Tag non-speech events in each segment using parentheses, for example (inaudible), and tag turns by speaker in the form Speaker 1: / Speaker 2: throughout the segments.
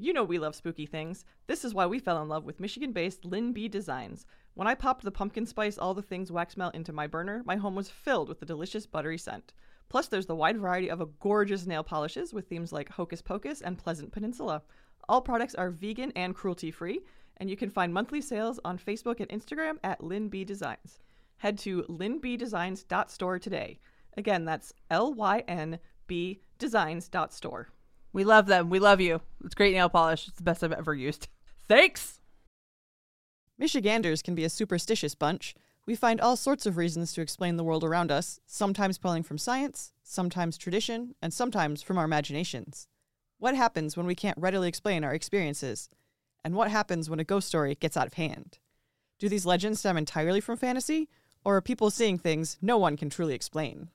Speaker 1: You know we love spooky things. This is why we fell in love with Michigan based Lynn B Designs. When I popped the pumpkin spice all the things wax melt into my burner, my home was filled with the delicious buttery scent. Plus, there's the wide variety of a gorgeous nail polishes with themes like Hocus Pocus and Pleasant Peninsula. All products are vegan and cruelty free, and you can find monthly sales on Facebook and Instagram at Lynn B Designs. Head to lynnbdesigns.store today. Again, that's L Y N B designs.store.
Speaker 2: We love them. We love you. It's great nail polish. It's the best I've ever used. (laughs) Thanks.
Speaker 1: Michiganders can be a superstitious bunch. We find all sorts of reasons to explain the world around us, sometimes pulling from science, sometimes tradition, and sometimes from our imaginations. What happens when we can't readily explain our experiences? And what happens when a ghost story gets out of hand? Do these legends stem entirely from fantasy, or are people seeing things no one can truly explain?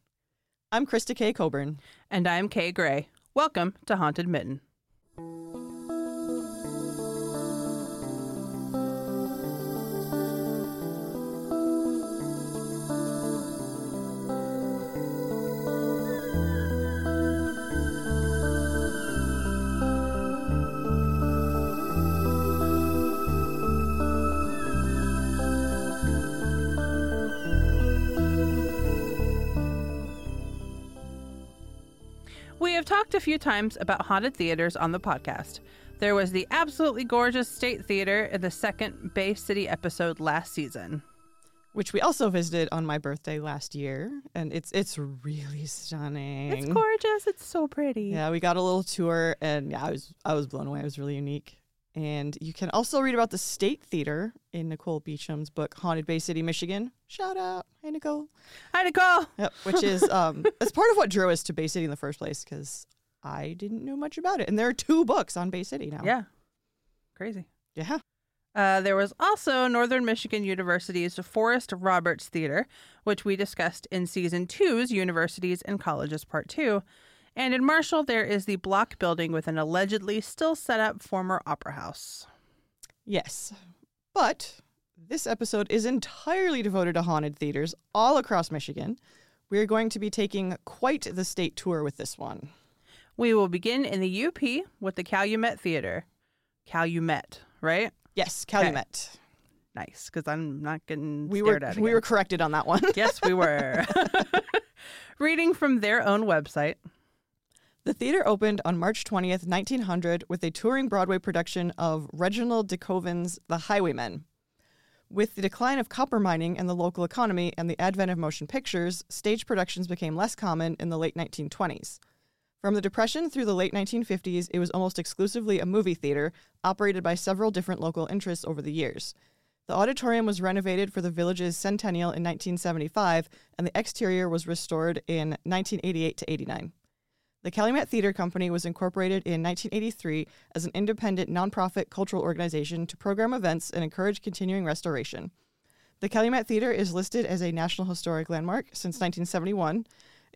Speaker 1: I'm Krista K. Coburn.
Speaker 2: And I'm Kay Gray. Welcome to Haunted Mitten. We have talked a few times about haunted theaters on the podcast. There was the absolutely gorgeous State Theater in the second Bay City episode last season.
Speaker 1: which we also visited on my birthday last year, and it's it's really stunning.
Speaker 2: It's gorgeous. It's so pretty.
Speaker 1: Yeah, we got a little tour, and yeah, I was I was blown away. It was really unique. And you can also read about the State Theater in Nicole Beecham's book Haunted Bay City, Michigan. Shout out, hey Nicole.
Speaker 2: Hi, Nicole.
Speaker 1: Yep, which
Speaker 2: (laughs)
Speaker 1: is um, it's part of what drew us to Bay City in the first place because I didn't know much about it, and there are two books on Bay City now.
Speaker 2: Yeah. Crazy.
Speaker 1: yeah.
Speaker 2: Uh, there was also Northern Michigan University's Forrest Roberts Theater, which we discussed in season two's Universities and Colleges Part Two. And in Marshall, there is the block building with an allegedly still set up former opera house.
Speaker 1: Yes. But this episode is entirely devoted to haunted theaters all across Michigan. We're going to be taking quite the state tour with this one.
Speaker 2: We will begin in the UP with the Calumet Theater. Calumet, right?
Speaker 1: Yes, Calumet.
Speaker 2: Nice, because I'm not getting
Speaker 1: We were
Speaker 2: stared at.
Speaker 1: we
Speaker 2: again.
Speaker 1: were corrected on that one.
Speaker 2: yes,
Speaker 1: (laughs)
Speaker 2: we were. (laughs) Reading from their own website.
Speaker 1: the theater opened on March 20th, 1900 with a touring Broadway production of Reginald de Koven's The Highwaymen. With the decline of copper mining and the local economy and the advent of motion pictures, stage productions became less common in the late 1920s. From the Depression through the late 1950s, it was almost exclusively a movie theater operated by several different local interests over the years. The auditorium was renovated for the village's centennial in 1975, and the exterior was restored in 1988 to 89. The Calumet Theater Company was incorporated in 1983 as an independent nonprofit cultural organization to program events and encourage continuing restoration. The Calumet Theater is listed as a National Historic Landmark since 1971.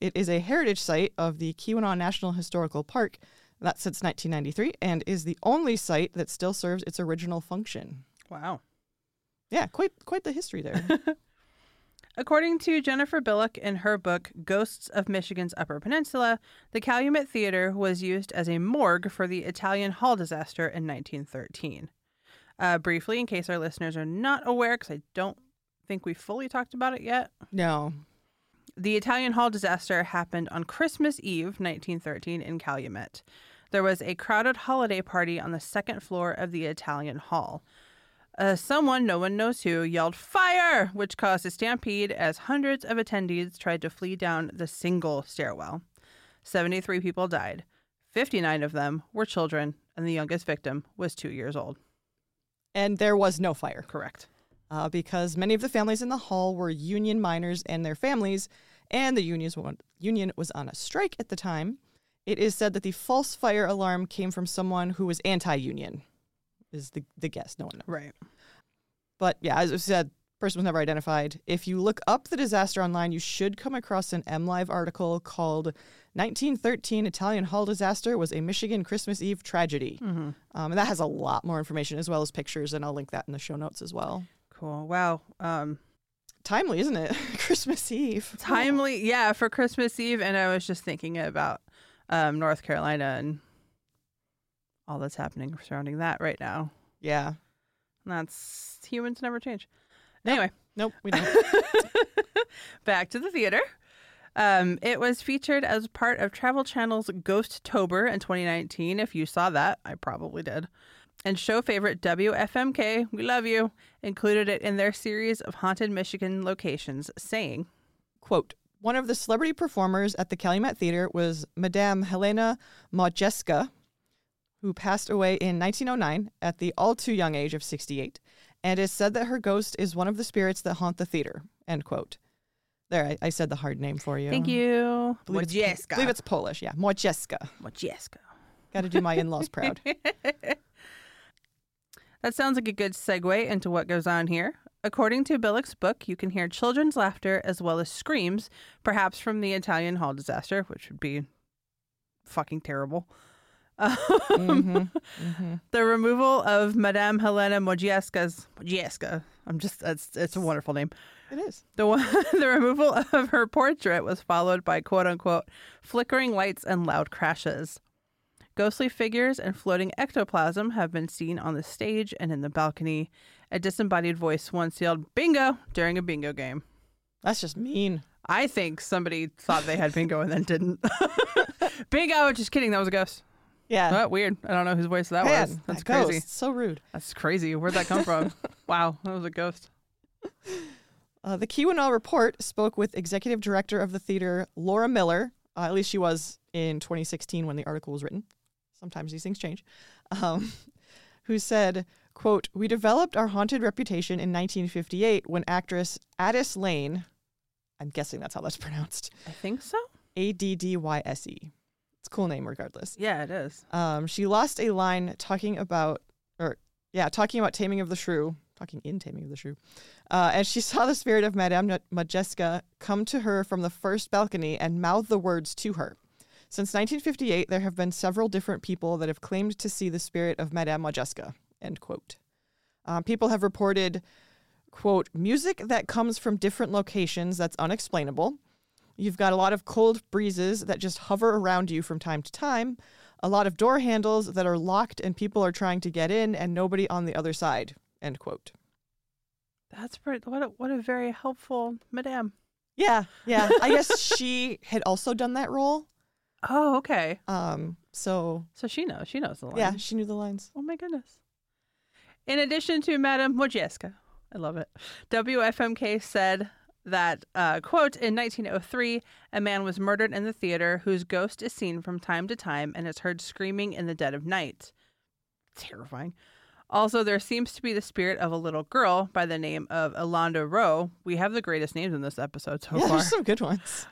Speaker 1: It is a heritage site of the Keweenaw National Historical Park, that's since 1993, and is the only site that still serves its original function.
Speaker 2: Wow.
Speaker 1: Yeah, quite quite the history there.
Speaker 2: According to Jennifer Billock in her book Ghosts of Michigan's Upper Peninsula, the Calumet Theater was used as a morgue for the Italian Hall disaster in 1913. Uh, briefly, in case our listeners are not aware, because I don't think we fully talked about it yet,
Speaker 1: no.
Speaker 2: the Italian Hall disaster happened on Christmas Eve, 1913, in Calumet. There was a crowded holiday party on the second floor of the Italian Hall. Uh, someone, no one knows who, yelled fire, which caused a stampede as hundreds of attendees tried to flee down the single stairwell. 73 people died. 59 of them were children, and the youngest victim was two years old.
Speaker 1: And there was no fire.
Speaker 2: Correct.
Speaker 1: uh, because many of the families in the hall were union miners and their families, and the unions wa- union was on a strike at the time. It is said that the false fire alarm came from someone who was anti-union, is the, the guess. No one knows.
Speaker 2: Right.
Speaker 1: But yeah, as I said, person was never identified. If you look up the disaster online, you should come across an MLive article called 1913 Italian Hall Disaster was a Michigan Christmas Eve tragedy. Um, and that has a lot more information as well as pictures, and I'll link that in the show notes as well
Speaker 2: Cool. Wow. Um,
Speaker 1: timely, isn't it? (laughs) Christmas Eve.
Speaker 2: timely yeah for christmas eve and i was just thinking about um, north carolina and all that's happening surrounding that right now.
Speaker 1: Yeah.
Speaker 2: And that's humans never change. Anyway,
Speaker 1: Nope, we don't.
Speaker 2: (laughs) back to the theater. Um, it was featured as part of Travel Channel's Ghost Tober in 2019. If you saw that, I probably did. And show favorite WFMK, we love you, included it in their series of haunted Michigan locations, saying,
Speaker 1: Quote One of the celebrity performers at the Calumet Theater was Madame Helena Modjeska, who passed away in 1909 at the all too young age of 68, and is said that her ghost is one of the spirits that haunt the theater. End quote. There, I, I said the hard name for you.
Speaker 2: Thank you.
Speaker 1: Believe it's, Po- believe it's Polish. Yeah, Modjeska.
Speaker 2: Wojcieska.
Speaker 1: Got to do my
Speaker 2: (laughs)
Speaker 1: in-laws proud.
Speaker 2: That sounds like a good segue into what goes on here. According to Billick's book, you can hear children's laughter as well as screams, perhaps from the Italian Hall disaster, which would be fucking terrible. (laughs) Um, The removal of Madame Helena Mojieska's Mojieska. I'm just that's it's a wonderful name.
Speaker 1: It is.
Speaker 2: The one, (laughs) the removal of her portrait was followed by quote unquote flickering lights and loud crashes. Ghostly figures and floating ectoplasm have been seen on the stage and in the balcony. A disembodied voice once yelled "bingo" during a bingo game.
Speaker 1: That's just mean.
Speaker 2: I think somebody thought they had bingo and then didn't. (laughs) bingo! Just kidding. That was a ghost.
Speaker 1: Yeah.
Speaker 2: What weird. I don't know whose voice that
Speaker 1: Man,
Speaker 2: was.
Speaker 1: that
Speaker 2: That's crazy.
Speaker 1: ghost, So rude.
Speaker 2: That's crazy. Where'd that come
Speaker 1: (laughs)
Speaker 2: from? wow, that was a ghost.
Speaker 1: Uh, the Keweenaw Report spoke with executive director of the theater, Laura Miller. Uh, at least she was in 2016 when the article was written. Sometimes these things change. Um, (laughs) who said, quote, We developed our haunted reputation in 1958 when actress Addis Lane, I'm guessing that's (laughs) how that's pronounced,
Speaker 2: I think so.
Speaker 1: A D D Y S E. It's a cool name regardless.
Speaker 2: Yeah, it is.
Speaker 1: Um, she lost a line talking about, or yeah, talking about Taming of the Shrew, talking in Taming of the Shrew, uh, and she (laughs) saw the spirit of Madame N- Modjeska come to her from the first balcony and mouth the words to her. Since 1958, there have been several different people that have claimed to see the spirit of Madame Modjeska. End quote. Um, people have reported, quote, music that comes from different locations that's unexplainable. You've got a lot of cold breezes that just hover around you from time to time, a lot of door handles that are locked and people are trying to get in and nobody on the other side. End quote.
Speaker 2: That's pretty. What a, what a very helpful madame.
Speaker 1: Yeah, yeah. (laughs) I guess she had also done that role.
Speaker 2: Oh, okay.
Speaker 1: Um, so
Speaker 2: So she knows. She knows the line.
Speaker 1: yeah, she knew the lines.
Speaker 2: Oh my goodness. In addition to Madame Wojcieska, I love it. WFMK said that uh, quote in 1903, a man was murdered in the theater whose ghost is seen from time to time and is heard screaming in the dead of night. Terrifying. Also, there seems to be the spirit of a little girl by the name of Elanda Rowe. We have the greatest names in this episode so
Speaker 1: yeah,
Speaker 2: far
Speaker 1: there's some good ones.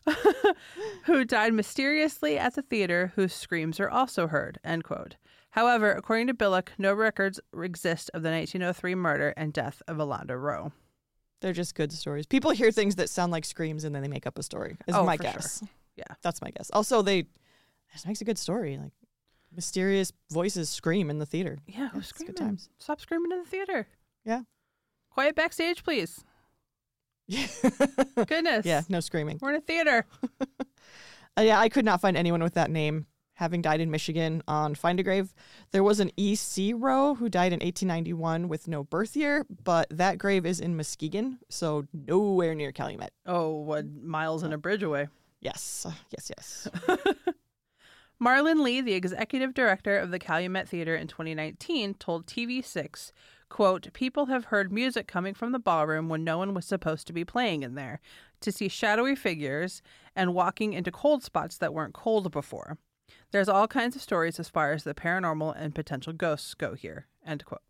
Speaker 2: who died mysteriously at the theater whose screams are also heard end quote however according to billock no records exist of the 1903 murder and death of alonda rowe
Speaker 1: They're just good stories. People hear things that sound like screams and then they make up a story. Is
Speaker 2: Oh,
Speaker 1: my
Speaker 2: for sure.
Speaker 1: guess.
Speaker 2: Yeah.
Speaker 1: that's my guess. Also, they this makes a good story. Like mysterious voices scream in the theater. (laughs)
Speaker 2: yeah who's
Speaker 1: it's good
Speaker 2: screaming
Speaker 1: times.
Speaker 2: stop screaming in the theater
Speaker 1: Yeah.
Speaker 2: quiet backstage please goodness
Speaker 1: yeah, no screaming.
Speaker 2: we're in a theater
Speaker 1: Uh, yeah, I could not find anyone with that name having died in Michigan on Find a Grave. There was an E.C. Rowe who died in 1891 with no birth year, but that grave is in Muskegon, so nowhere near Calumet.
Speaker 2: oh what miles and a bridge away
Speaker 1: Yes, yes,
Speaker 2: (laughs)
Speaker 1: yes.
Speaker 2: Marlon Lee, the executive director of the Calumet Theater in 2019, told TV6, quote, People have heard music coming from the ballroom when no one was supposed to be playing in there, to see shadowy figures and walking into cold spots that weren't cold before. There's all kinds of stories as far as the paranormal and potential ghosts go here, end (laughs) quote.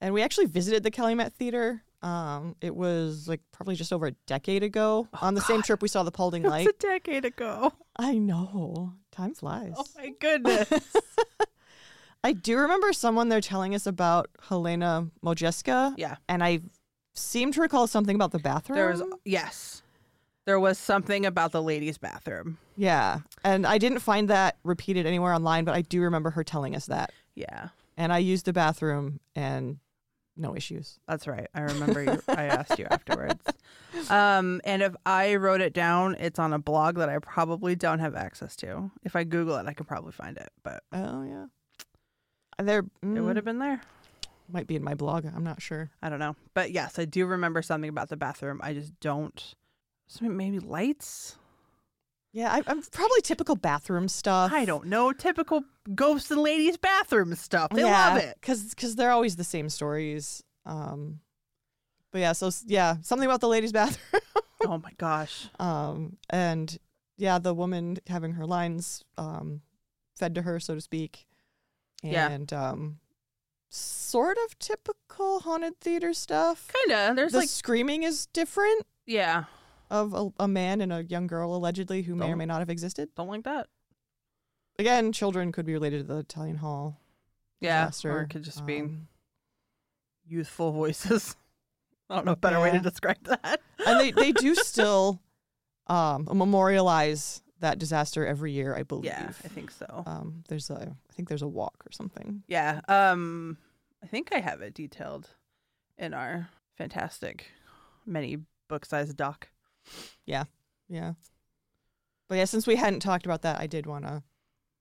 Speaker 1: and we actually visited the Calumet Theater. Um, it was like probably just over a decade ago.
Speaker 2: Oh,
Speaker 1: on the same trip, we saw the Paulding Light.
Speaker 2: It's a decade ago.
Speaker 1: I know. Time flies.
Speaker 2: (laughs) Oh my goodness.
Speaker 1: I do remember someone there telling us about Helena Modjeska.
Speaker 2: (laughs) yeah.
Speaker 1: And I seem to recall something about the bathroom.
Speaker 2: There was, yes. There was something about the ladies' bathroom.
Speaker 1: Yeah. And I didn't find that repeated anywhere online, but I do remember her telling us that.
Speaker 2: Yeah.
Speaker 1: And I used the bathroom and no issues.
Speaker 2: That's right. I remember you, I asked you afterwards. Um, and if I wrote it down, it's on a blog that I probably don't have access to. If I Google it, I can probably find it. But
Speaker 1: Oh, yeah. There
Speaker 2: It would
Speaker 1: mm,
Speaker 2: have been there.
Speaker 1: might be in my blog. I'm not sure.
Speaker 2: I don't know. But yes, I do remember something about the bathroom. I just don't. So maybe lights?
Speaker 1: Yeah, I, I'm probably typical bathroom stuff.
Speaker 2: I don't know. Typical ghost and ladies bathroom stuff. They love it.
Speaker 1: because they're always the same stories. Um, but yeah, so s- yeah, something about the ladies' bathroom.
Speaker 2: Oh my gosh.
Speaker 1: um, and yeah, the woman having her lines um, fed to her, so to speak.
Speaker 2: Yeah.
Speaker 1: And um, sort of typical haunted theater stuff.
Speaker 2: (laughs) Kinda. There's
Speaker 1: the
Speaker 2: like
Speaker 1: screaming is different
Speaker 2: yeah.
Speaker 1: of a, a man and a young girl allegedly who may or
Speaker 2: Don't-
Speaker 1: may not have existed.
Speaker 2: Don't like that.
Speaker 1: Again, children could be related to the Italian Hall
Speaker 2: Yeah.
Speaker 1: disaster.
Speaker 2: Or it could just be
Speaker 1: Um,
Speaker 2: youthful voices. (laughs) I don't know a better way to
Speaker 1: Yeah.
Speaker 2: describe that.
Speaker 1: and they, they do still (laughs) um, memorialize that disaster every year, I believe.
Speaker 2: Yeah, I think so.
Speaker 1: Um, there's a, I think there's a walk or something.
Speaker 2: Yeah. Um I think I have it detailed in our fantastic many book sized doc.
Speaker 1: Yeah. But yeah, since we hadn't talked about that, I did want to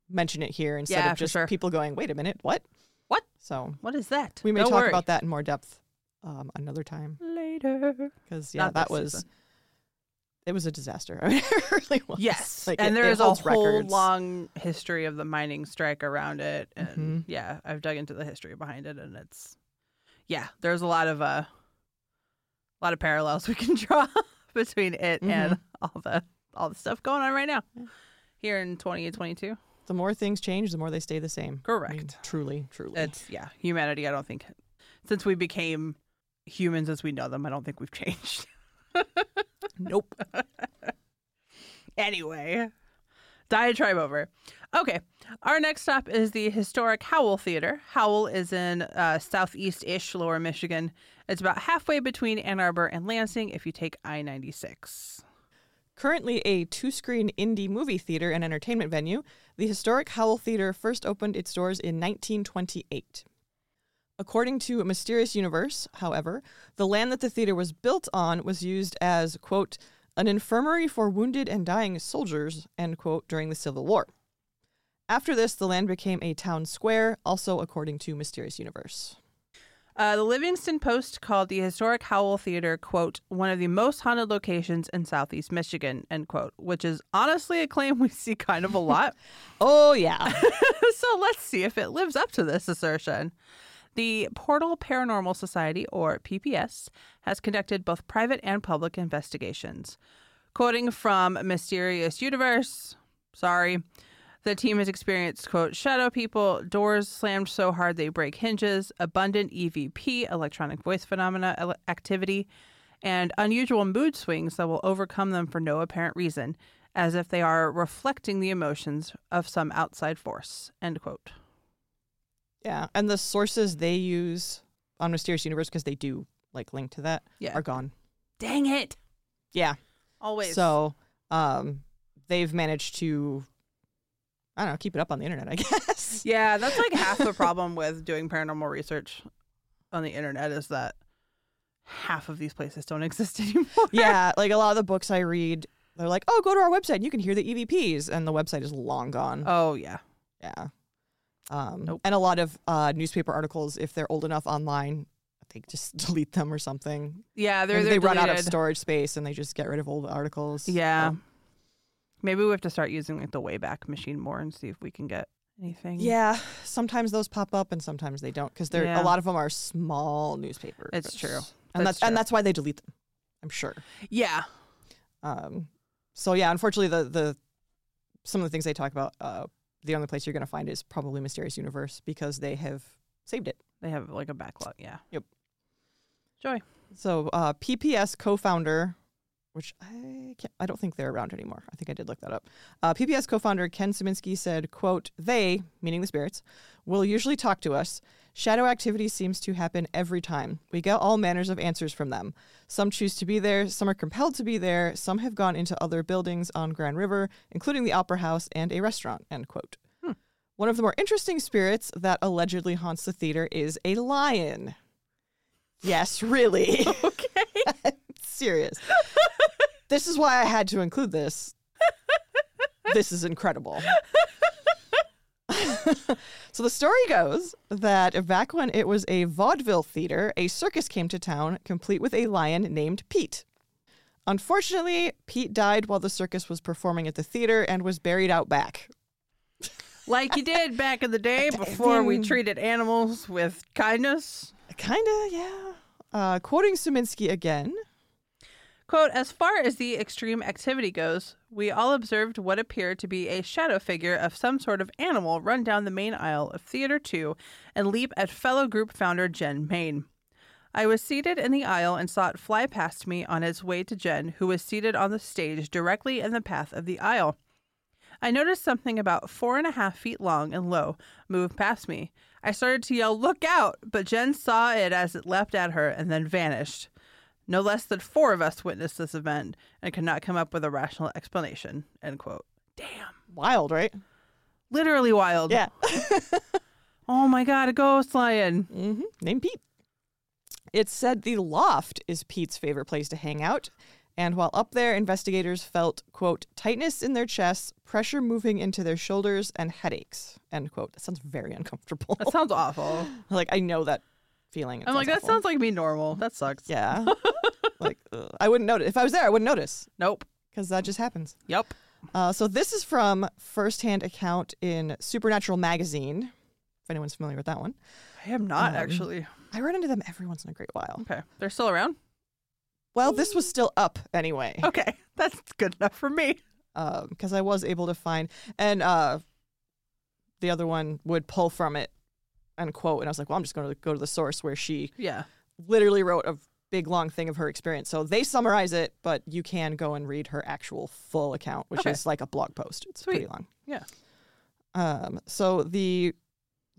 Speaker 1: mention it here instead
Speaker 2: Yeah,
Speaker 1: of
Speaker 2: for
Speaker 1: just
Speaker 2: sure.
Speaker 1: people going, wait a minute, what?
Speaker 2: What?
Speaker 1: So
Speaker 2: What is that?
Speaker 1: we may
Speaker 2: Don't
Speaker 1: talk
Speaker 2: worry.
Speaker 1: about that in more depth um, another time
Speaker 2: later.
Speaker 1: because yeah,
Speaker 2: Not
Speaker 1: that
Speaker 2: this
Speaker 1: was (laughs)
Speaker 2: season.
Speaker 1: it was a disaster. (laughs) I mean, it really was.
Speaker 2: Yes,
Speaker 1: Like,
Speaker 2: and
Speaker 1: it-
Speaker 2: there
Speaker 1: it
Speaker 2: is a
Speaker 1: holds
Speaker 2: whole
Speaker 1: records.
Speaker 2: long history of the mining strike around it, and
Speaker 1: Mm-hmm.
Speaker 2: yeah, I've dug into the history behind it, and it's yeah, there's a lot of uh, a lot of parallels we can (laughs) draw between it
Speaker 1: Mm-hmm.
Speaker 2: and all the all the stuff going on right now here in 2022.
Speaker 1: The more things change, the more they stay the same. I mean,
Speaker 2: Correct.
Speaker 1: truly, truly.
Speaker 2: It's yeah, humanity. I don't think since we became humans as we know them, I don't think we've (laughs) changed.
Speaker 1: nope.
Speaker 2: Anyway, diatribe over. Okay, our next stop is the historic Howell Theater. Howell is in uh, southeast ish lower Michigan. It's about halfway between Ann Arbor and Lansing if you take I 96.
Speaker 1: Currently a two screen indie movie theater and entertainment venue, the historic Howell Theater first opened its doors in 1928. According to Mysterious Universe, however, the land that the theater was built on was used as, quote, an infirmary for wounded and dying soldiers, end quote, during the Civil War. After this, the land became a town square, also according to Mysterious Universe.
Speaker 2: Uh, the Livingston Post called the historic Howell Theater, quote, one of the most haunted locations in southeast Michigan, end quote, which is honestly a claim we see kind of a lot.
Speaker 1: Oh, yeah.
Speaker 2: so let's see if it lives up to this assertion. The Portal Paranormal Society, or PPS, has conducted both private and public investigations. Quoting from Mysterious Universe, sorry, the team has experienced, quote, shadow people, doors slammed so hard they break hinges, abundant EVP, electronic voice phenomena ele- activity, and unusual mood swings that will overcome them for no apparent reason, as if they are reflecting the emotions of some outside force, end quote.
Speaker 1: (laughs) Yeah, and the sources they use on Mysterious Universe because they do like link to that
Speaker 2: Yeah.
Speaker 1: are gone.
Speaker 2: Dang it!
Speaker 1: Yeah,
Speaker 2: Always.
Speaker 1: so um, they've managed to I don't know keep it up on the internet. I (laughs) guess.
Speaker 2: Yeah, that's like half the problem with doing paranormal research on the internet is that half of these places don't (laughs) exist anymore.
Speaker 1: yeah, like a lot of the books I read, they're like, "Oh, go to our website and you can hear the EVPs," and the website is long gone.
Speaker 2: Oh yeah.
Speaker 1: Yeah. Um,
Speaker 2: Nope.
Speaker 1: And a lot of uh, newspaper articles, if they're old enough online, they just (laughs) delete them or something.
Speaker 2: Yeah, they're,
Speaker 1: Maybe they
Speaker 2: they're
Speaker 1: run out of Oh.
Speaker 2: deleted.
Speaker 1: storage space and they just get rid of old articles.
Speaker 2: Yeah.
Speaker 1: So-
Speaker 2: Maybe we have to start using like the Wayback Machine more and see if we can get anything.
Speaker 1: Yeah, sometimes those pop up and sometimes they don't because they're
Speaker 2: Yeah.
Speaker 1: a lot of them are small newspapers.
Speaker 2: It's true.
Speaker 1: and
Speaker 2: That's
Speaker 1: that's,
Speaker 2: true.
Speaker 1: and that's why they delete them. I'm sure.
Speaker 2: Yeah.
Speaker 1: Um, so yeah, unfortunately, the the some of the things they talk about, uh, the only place you're going to find is probably Mysterious Universe because they have saved it.
Speaker 2: They have like a backlog. Yeah.
Speaker 1: Yep.
Speaker 2: Joy.
Speaker 1: So uh, PPS co-founder, which I can't, I don't think they're around anymore. I think I did look that up. Uh, PPS co-founder Ken Szymanski said, "quote They, meaning the spirits, will usually talk to us. Shadow activity seems to happen every time. We get all manners of answers from them. Some choose to be there. Some are compelled to be there. Some have gone into other buildings on Grand River, including the Opera House and a restaurant." End quote. One of the more interesting spirits that allegedly haunts the theater is a lion. Yes, really. (laughs)
Speaker 2: Okay.
Speaker 1: serious. this is why I had to include this. This is incredible. (laughs) So the story goes that back when it was a vaudeville theater, a circus came to town, complete with a lion named Pete. Unfortunately, Pete died while the circus was performing at the theater and was buried out back.
Speaker 2: like you did back
Speaker 1: (laughs)
Speaker 2: in the day before we treated animals with kindness.
Speaker 1: Kinda, yeah. Uh, quoting Suminsky again,
Speaker 2: Quote, as far as the extreme activity goes, we all observed what appeared to be a shadow figure of some sort of animal run down the main aisle of Theater 2 and leap at fellow group founder Jen Main. I was seated in the aisle and saw it fly past me on its way to Jen, who was seated on the stage directly in the path of the aisle. I noticed something about four and a half feet long and low move past me. I started to yell, Look out! But Jen saw it as it leapt at her and then vanished. No less than four of us witnessed this event and could not come up with a rational explanation. End quote. Damn.
Speaker 1: wild, right?
Speaker 2: Literally wild.
Speaker 1: Yeah.
Speaker 2: Oh my god, a ghost lion.
Speaker 1: hmm Named Pete. It said the loft is Pete's favorite place to hang out. And while up there, investigators felt, quote, tightness in their chests, pressure moving into their shoulders, and headaches, end quote. That sounds very (laughs) uncomfortable.
Speaker 2: That sounds awful.
Speaker 1: like, I know that feeling. It
Speaker 2: I'm like, that
Speaker 1: awful.
Speaker 2: sounds like me normal. That sucks.
Speaker 1: Yeah.
Speaker 2: (laughs)
Speaker 1: like, ugh. I wouldn't notice. If I was there, I wouldn't notice
Speaker 2: Nope.
Speaker 1: because that just happens.
Speaker 2: Yep.
Speaker 1: Uh, so this is from firsthand account in Supernatural Magazine, if anyone's familiar with that one.
Speaker 2: I am not
Speaker 1: Um,
Speaker 2: actually.
Speaker 1: I run into them every once in a great while.
Speaker 2: Okay. They're still around?
Speaker 1: Well, this was still up anyway.
Speaker 2: (laughs) Okay. That's good enough for me.
Speaker 1: because um, I was able to find and uh, the other one would pull from it and quote, and I was like, well, I'm just going to go to the source where she
Speaker 2: Yeah.
Speaker 1: literally wrote a big long thing of her experience. So they summarize it, but you can go and read her actual full account, which
Speaker 2: Okay.
Speaker 1: is like a blog post. It's pretty
Speaker 2: Sweet.
Speaker 1: long.
Speaker 2: Yeah.
Speaker 1: Um, so the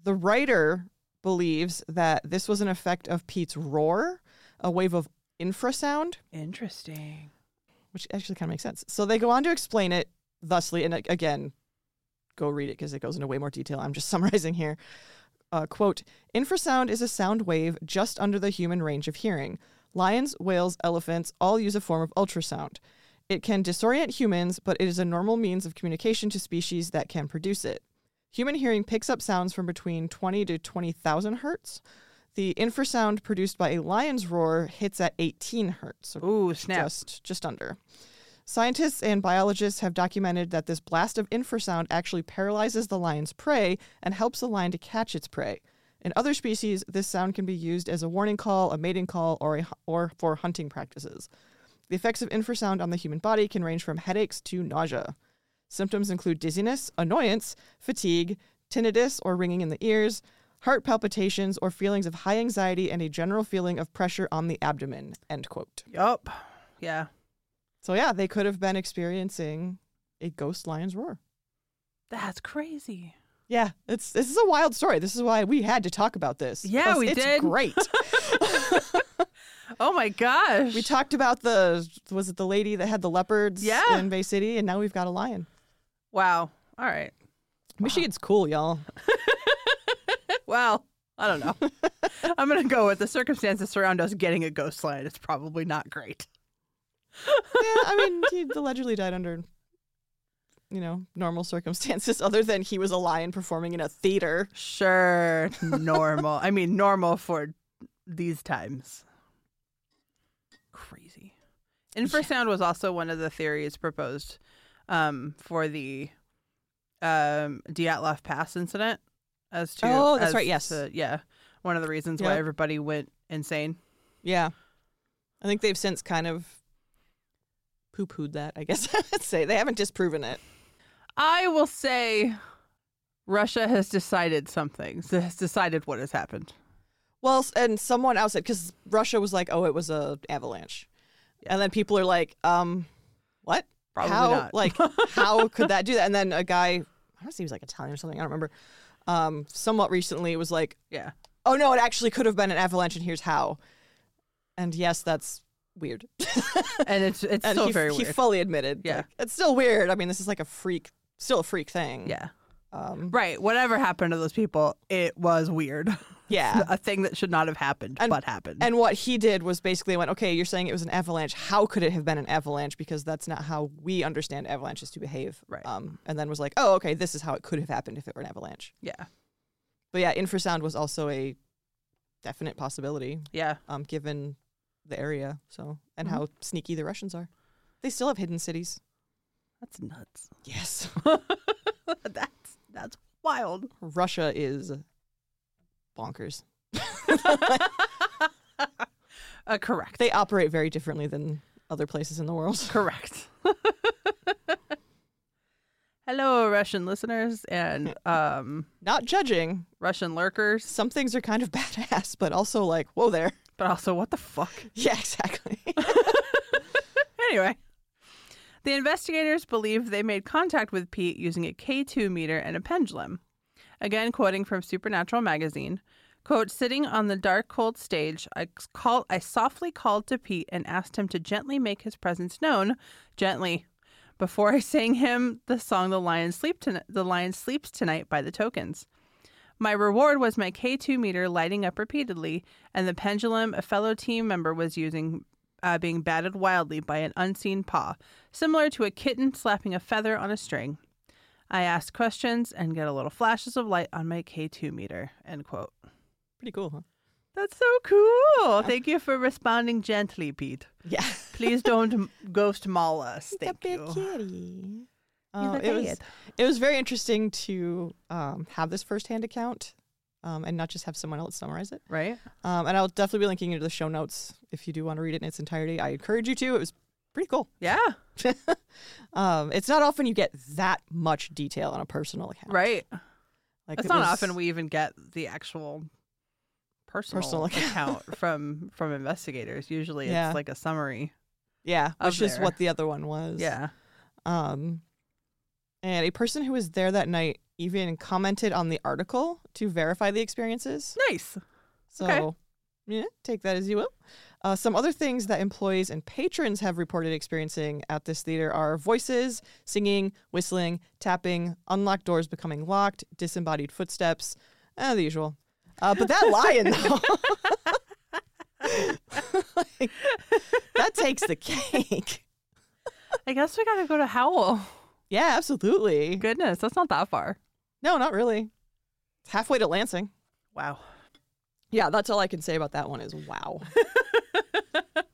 Speaker 1: the writer believes that this was an effect of Pete's roar, a wave of infrasound
Speaker 2: Interesting.
Speaker 1: which actually kind of makes sense. So they go on to explain it thusly, and a- again, go read it because it goes into way more detail. I'm just (laughs) summarizing here. Uh, quote Infrasound is a sound wave just under the human range of hearing. Lions, whales, elephants all use a form of ultrasound. It can disorient humans, but it is a normal means of communication to species that can produce it. Human hearing picks up sounds from between 20 to 20,000 hertz. The infrasound produced by a lion's roar hits at 18 hertz, so
Speaker 2: Ooh, snap.
Speaker 1: just just under. Scientists and biologists have documented that this blast of infrasound actually paralyzes the lion's prey and helps the lion to catch its prey. In other species, this sound can be used as a warning call, a mating call, or a, or for hunting practices. The effects of infrasound on the human body can range from headaches to nausea. Symptoms include dizziness, annoyance, fatigue, tinnitus or ringing in the ears, heart palpitations or feelings of high anxiety and a general feeling of pressure on the abdomen. End quote.
Speaker 2: Yup. Yeah.
Speaker 1: So yeah, they could have been experiencing a ghost lion's roar.
Speaker 2: That's crazy.
Speaker 1: Yeah, it's this is a wild story. This is why we had to talk about this.
Speaker 2: Yeah,
Speaker 1: Plus,
Speaker 2: we
Speaker 1: it's
Speaker 2: did. (laughs)
Speaker 1: Great.
Speaker 2: Oh my gosh.
Speaker 1: we talked about the was it the lady that had the leopards
Speaker 2: Yeah.
Speaker 1: in Bay City, and now we've got a lion.
Speaker 2: wow. All right.
Speaker 1: Michigan's cool, y'all.
Speaker 2: Well, I don't (laughs) know. I'm going to go with the circumstances surround us getting a ghost lion. It's probably not great.
Speaker 1: yeah, I mean, he allegedly died under you know normal circumstances, (laughs) other than he was a lion performing in a theater.
Speaker 2: (laughs) Sure, normal. I mean, normal for these times. Crazy. Infrasound was also one of the theories proposed um, for the um, Dyatlov Pass incident. As to
Speaker 1: Oh, that's
Speaker 2: as
Speaker 1: right, yes.
Speaker 2: to- yeah, one of the reasons why
Speaker 1: Yep.
Speaker 2: everybody went insane.
Speaker 1: Yeah, I think they've since kind of poo pooed that. I guess (laughs) I'd say they haven't disproven it.
Speaker 2: I will say, Russia has decided something. Has decided what has happened.
Speaker 1: Well, s- and someone else said because Russia was like, "Oh, it was a avalanche," and then people are like, "Um, what?
Speaker 2: Probably
Speaker 1: how?
Speaker 2: not.
Speaker 1: Like, how could that do that?" And then a guy, I don't know, if he was like Italian or something. I don't remember. Um, somewhat recently was like,
Speaker 2: (laughs) Yeah.
Speaker 1: "Oh no, it actually could have been an avalanche, and here's how." And yes, that's
Speaker 2: (laughs)
Speaker 1: weird.
Speaker 2: and it's it's
Speaker 1: and
Speaker 2: still
Speaker 1: he,
Speaker 2: very
Speaker 1: he
Speaker 2: weird.
Speaker 1: fully admitted.
Speaker 2: Yeah.
Speaker 1: like, it's still weird. I mean, this is like a freak, still a freak thing.
Speaker 2: yeah.
Speaker 1: Um,
Speaker 2: Right. Whatever happened to those people, it was weird. (laughs)
Speaker 1: Yeah.
Speaker 2: a thing that should not have happened,
Speaker 1: And-
Speaker 2: but happened.
Speaker 1: And what he did was basically went, okay, you're saying it was an avalanche. How could it have been an avalanche? Because that's not how we understand avalanches to behave.
Speaker 2: Right.
Speaker 1: Um, and then was like, oh, okay, this is how it could have happened if it were an avalanche.
Speaker 2: yeah,
Speaker 1: But yeah, infrasound was also a definite possibility
Speaker 2: yeah,
Speaker 1: um, given the area. So and
Speaker 2: Mhm.
Speaker 1: how sneaky the Russians are. They still have hidden cities. (laughs)
Speaker 2: that's nuts.
Speaker 1: Yes.
Speaker 2: that's that's wild.
Speaker 1: Russia is bonkers.
Speaker 2: Uh, correct.
Speaker 1: They operate very differently than other places in the world. (laughs)
Speaker 2: Correct. (laughs) Hello, Russian listeners and um,
Speaker 1: Not judging.
Speaker 2: Russian lurkers,
Speaker 1: Some things are kind of (laughs) badass, but also like, whoa there.
Speaker 2: but also, what the fuck?
Speaker 1: (laughs) Yeah, exactly.
Speaker 2: Anyway, the investigators believe they made contact with Pete using a K2 meter and a pendulum. Again, quoting from Supernatural magazine, quote, sitting on the dark, cold stage, I, call, I softly called to Pete and asked him to gently make his presence known, gently, before I sang him the song The Lion, Sleep Tonight, the Lion Sleeps Tonight by the Tokens. My reward was my K2 meter lighting up repeatedly, and the pendulum a fellow team member was using uh, being batted wildly by an unseen paw, similar to a kitten slapping a feather on a string. I ask questions and get a little flashes of light on my K2 meter. End quote.
Speaker 1: Pretty cool, huh?
Speaker 2: That's so cool. Thank you for responding gently, Pete. (laughs)
Speaker 1: Yeah.
Speaker 2: Please don't m- ghost maul us. Thank
Speaker 1: a big
Speaker 2: you. Oh,
Speaker 1: kitty.
Speaker 2: He's
Speaker 1: Uh,
Speaker 2: a
Speaker 1: it, was,
Speaker 2: kid.
Speaker 1: it was very interesting to um, have this firsthand account um, and not just have someone else summarize it.
Speaker 2: Right?
Speaker 1: Um, and I'll definitely be linking into the show notes if you do want to read it in its entirety. I encourage you to. It was pretty cool.
Speaker 2: Yeah.
Speaker 1: Um, it's not often you get that much detail on a personal account.
Speaker 2: Right.
Speaker 1: Like
Speaker 2: It's
Speaker 1: it
Speaker 2: not
Speaker 1: was-
Speaker 2: often we even get the actual personal,
Speaker 1: Personal account. (laughs)
Speaker 2: account from from investigators. Usually
Speaker 1: Yeah.
Speaker 2: it's like a summary.
Speaker 1: Yeah,
Speaker 2: of
Speaker 1: which is
Speaker 2: there.
Speaker 1: what the other one was.
Speaker 2: Yeah.
Speaker 1: Um, and a person who was there that night even commented on the article to verify the experiences.
Speaker 2: Nice.
Speaker 1: So,
Speaker 2: Okay.
Speaker 1: yeah, take that as you will. Uh, some other things that employees and patrons have reported experiencing at this theater are voices, singing, whistling, tapping, unlocked doors becoming locked, disembodied footsteps, uh, the usual. Uh, but that lion, though, (laughs) Like, that takes the cake.
Speaker 2: (laughs) I guess we gotta go to Howell.
Speaker 1: Yeah, absolutely.
Speaker 2: Goodness, that's not that far.
Speaker 1: No, not really. It's halfway to Lansing.
Speaker 2: Wow.
Speaker 1: Yeah, that's all I can say about that one is wow.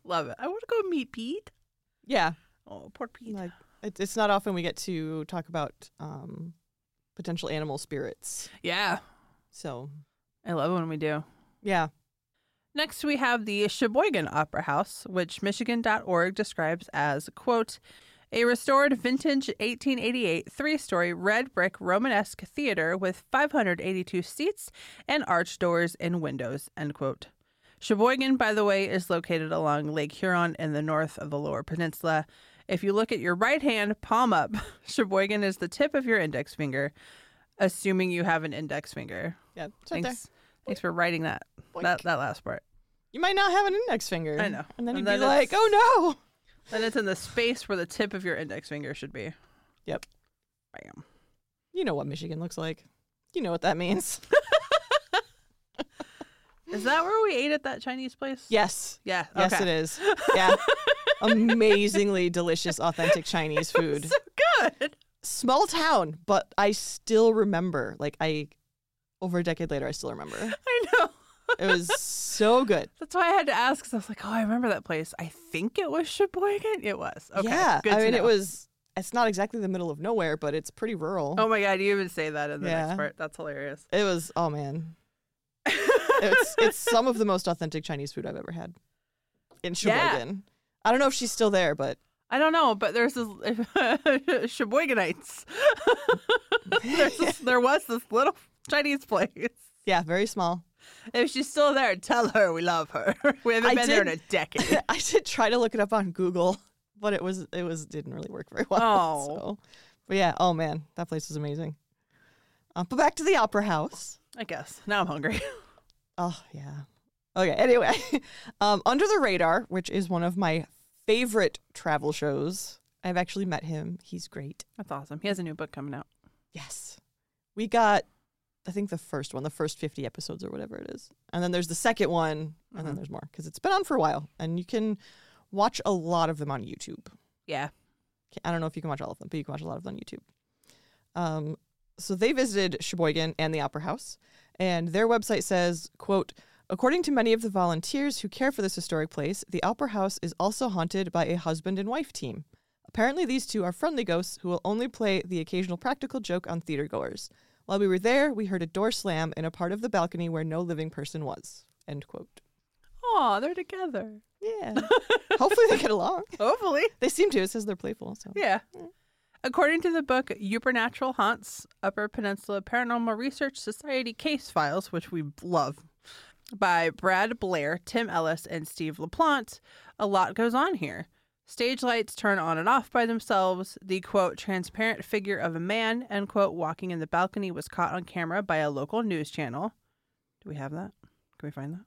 Speaker 2: Love it. I wanna go meet Pete.
Speaker 1: (laughs) Yeah,
Speaker 2: Oh, poor Pete.
Speaker 1: like it, it's not often we get to talk about um, potential animal spirits.
Speaker 2: Yeah.
Speaker 1: So
Speaker 2: I love when we do.
Speaker 1: yeah,
Speaker 2: Next, we have the Sheboygan Opera House, which Michigan.org describes as, quote, a restored vintage 1888 three story red brick Romanesque theater with 582 seats and arched doors and windows, end quote. Sheboygan, by the way, is located along Lake Huron in the north of the lower peninsula. If you look at your right hand, palm up, (laughs) Sheboygan is the tip of your index finger, assuming you have an index finger.
Speaker 1: yeah. It's right there.
Speaker 2: Thanks, thanks for writing that. That, that last part.
Speaker 1: You might not have an index finger.
Speaker 2: I know.
Speaker 1: And then
Speaker 2: And
Speaker 1: you'd
Speaker 2: then
Speaker 1: be like,
Speaker 2: it's-
Speaker 1: oh no.
Speaker 2: Then it's in the space where the tip of your index finger should be.
Speaker 1: Yep.
Speaker 2: Bam.
Speaker 1: You know what Michigan looks like. You know what that
Speaker 2: (laughs)
Speaker 1: means.
Speaker 2: Is that where we ate at that Chinese place?
Speaker 1: yes.
Speaker 2: Yeah.
Speaker 1: Yes, it
Speaker 2: (laughs)
Speaker 1: is. Yeah. Amazingly delicious, authentic Chinese food.
Speaker 2: (laughs) So good. (laughs)
Speaker 1: Small town, but I still remember. Like I, over a decade later, I still remember.
Speaker 2: I know.
Speaker 1: It was so good.
Speaker 2: That's why I had to ask because I was like, oh, I remember that place. I think it was Sheboygan. It was. Okay.
Speaker 1: yeah,
Speaker 2: Good
Speaker 1: I
Speaker 2: to
Speaker 1: mean, it
Speaker 2: know.
Speaker 1: was. It's not exactly the middle of nowhere, but it's pretty rural.
Speaker 2: Oh my God. You even say that in the
Speaker 1: Yeah.
Speaker 2: next part. That's hilarious. (laughs)
Speaker 1: It was. Oh man, it's it's some of the most authentic Chinese food I've ever had in
Speaker 2: Yeah.
Speaker 1: Sheboygan. I don't know if she's still there, but
Speaker 2: I don't know, but there's this (laughs) Sheboyganites. (laughs) there's
Speaker 1: (laughs)
Speaker 2: this, there was this little Chinese place.
Speaker 1: yeah, very small. (laughs)
Speaker 2: If she's still there, tell her we love her. (laughs) we haven't
Speaker 1: I
Speaker 2: been there in a
Speaker 1: did-
Speaker 2: decade.
Speaker 1: I did try to look it up on Google, but it was it was didn't really work very well.
Speaker 2: Oh.
Speaker 1: so. but yeah. Oh man, that place was amazing. Uh, but back to the opera house.
Speaker 2: I guess. Now I'm hungry. (laughs)
Speaker 1: Oh yeah. Okay. Anyway, (laughs) um, Under the Radar, which is one of my favorite travel shows. I've actually met him. He's great.
Speaker 2: That's awesome. He has a new book coming out.
Speaker 1: Yes. We got I think the first one, the first 50 episodes or whatever it is. And then there's the second one, and then there's more because it's been on for a while. And you can watch a lot of them on YouTube.
Speaker 2: Yeah.
Speaker 1: I don't know if you can watch all of them, but you can watch a lot of them on YouTube. Um, so they visited Sheboygan and the Opera House, and their website says, quote, According to many of the volunteers who care for this historic place, the Opera House is also haunted by a husband and wife team. Apparently, these two are friendly ghosts who will only play the occasional practical joke on theatergoers. While we were there, we heard a door slam in a part of the balcony where no living person was. End quote.
Speaker 2: Oh, they're together.
Speaker 1: Yeah. (laughs) Hopefully they get along.
Speaker 2: Hopefully.
Speaker 1: They seem to. It says they're playful. So.
Speaker 2: (laughs) Yeah. According to the book Supernatural Haunts Upper Peninsula Paranormal Research Society Case Files, which we love, by Brad Blair, Tim Ellis, and Steve LaPlante, a lot goes on here. Stage lights turn on and off by themselves. The quote, transparent figure of a man, end quote, walking in the balcony was caught on camera by a local news channel. Do we have that? Can we find that?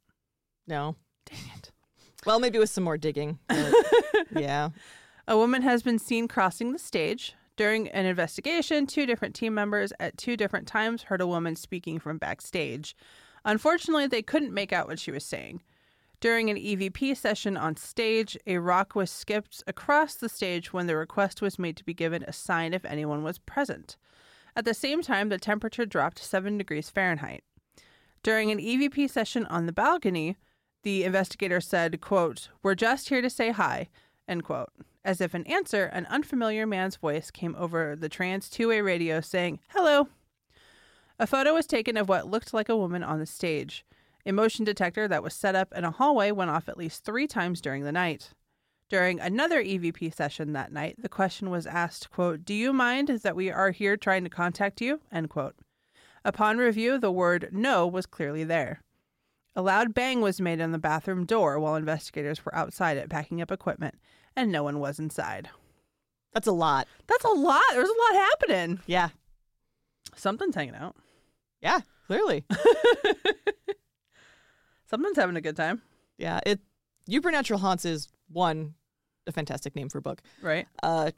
Speaker 1: No.
Speaker 2: Dang it.
Speaker 1: Well, maybe with some more digging.
Speaker 2: (laughs)
Speaker 1: but yeah.
Speaker 2: A woman has been seen crossing the stage. During an investigation, two different team members at two different times heard a woman speaking from backstage. Unfortunately, they couldn't make out what she was saying. During an EVP session on stage, a rock was skipped across the stage when the request was made to be given a sign if anyone was present. At the same time, the temperature dropped 7 degrees Fahrenheit. During an EVP session on the balcony, the investigator said, quote, We're just here to say hi, end quote. As if in answer, an unfamiliar man's voice came over the trans two way radio saying, Hello. A photo was taken of what looked like a woman on the stage. A motion detector that was set up in a hallway went off at least three times during the night. During another EVP session that night, the question was asked, quote, Do you mind that we are here trying to contact you? End quote. Upon review, the word no was clearly there. A loud bang was made on the bathroom door while investigators were outside it packing up equipment, and no one was inside.
Speaker 1: That's a lot.
Speaker 2: That's a lot. There's a lot happening.
Speaker 1: Yeah.
Speaker 2: Something's hanging out.
Speaker 1: Yeah. Clearly.
Speaker 2: Something's having a good time,
Speaker 1: yeah. It Supernatural Haunts is one, a fantastic name for a book.
Speaker 2: right?
Speaker 1: Uh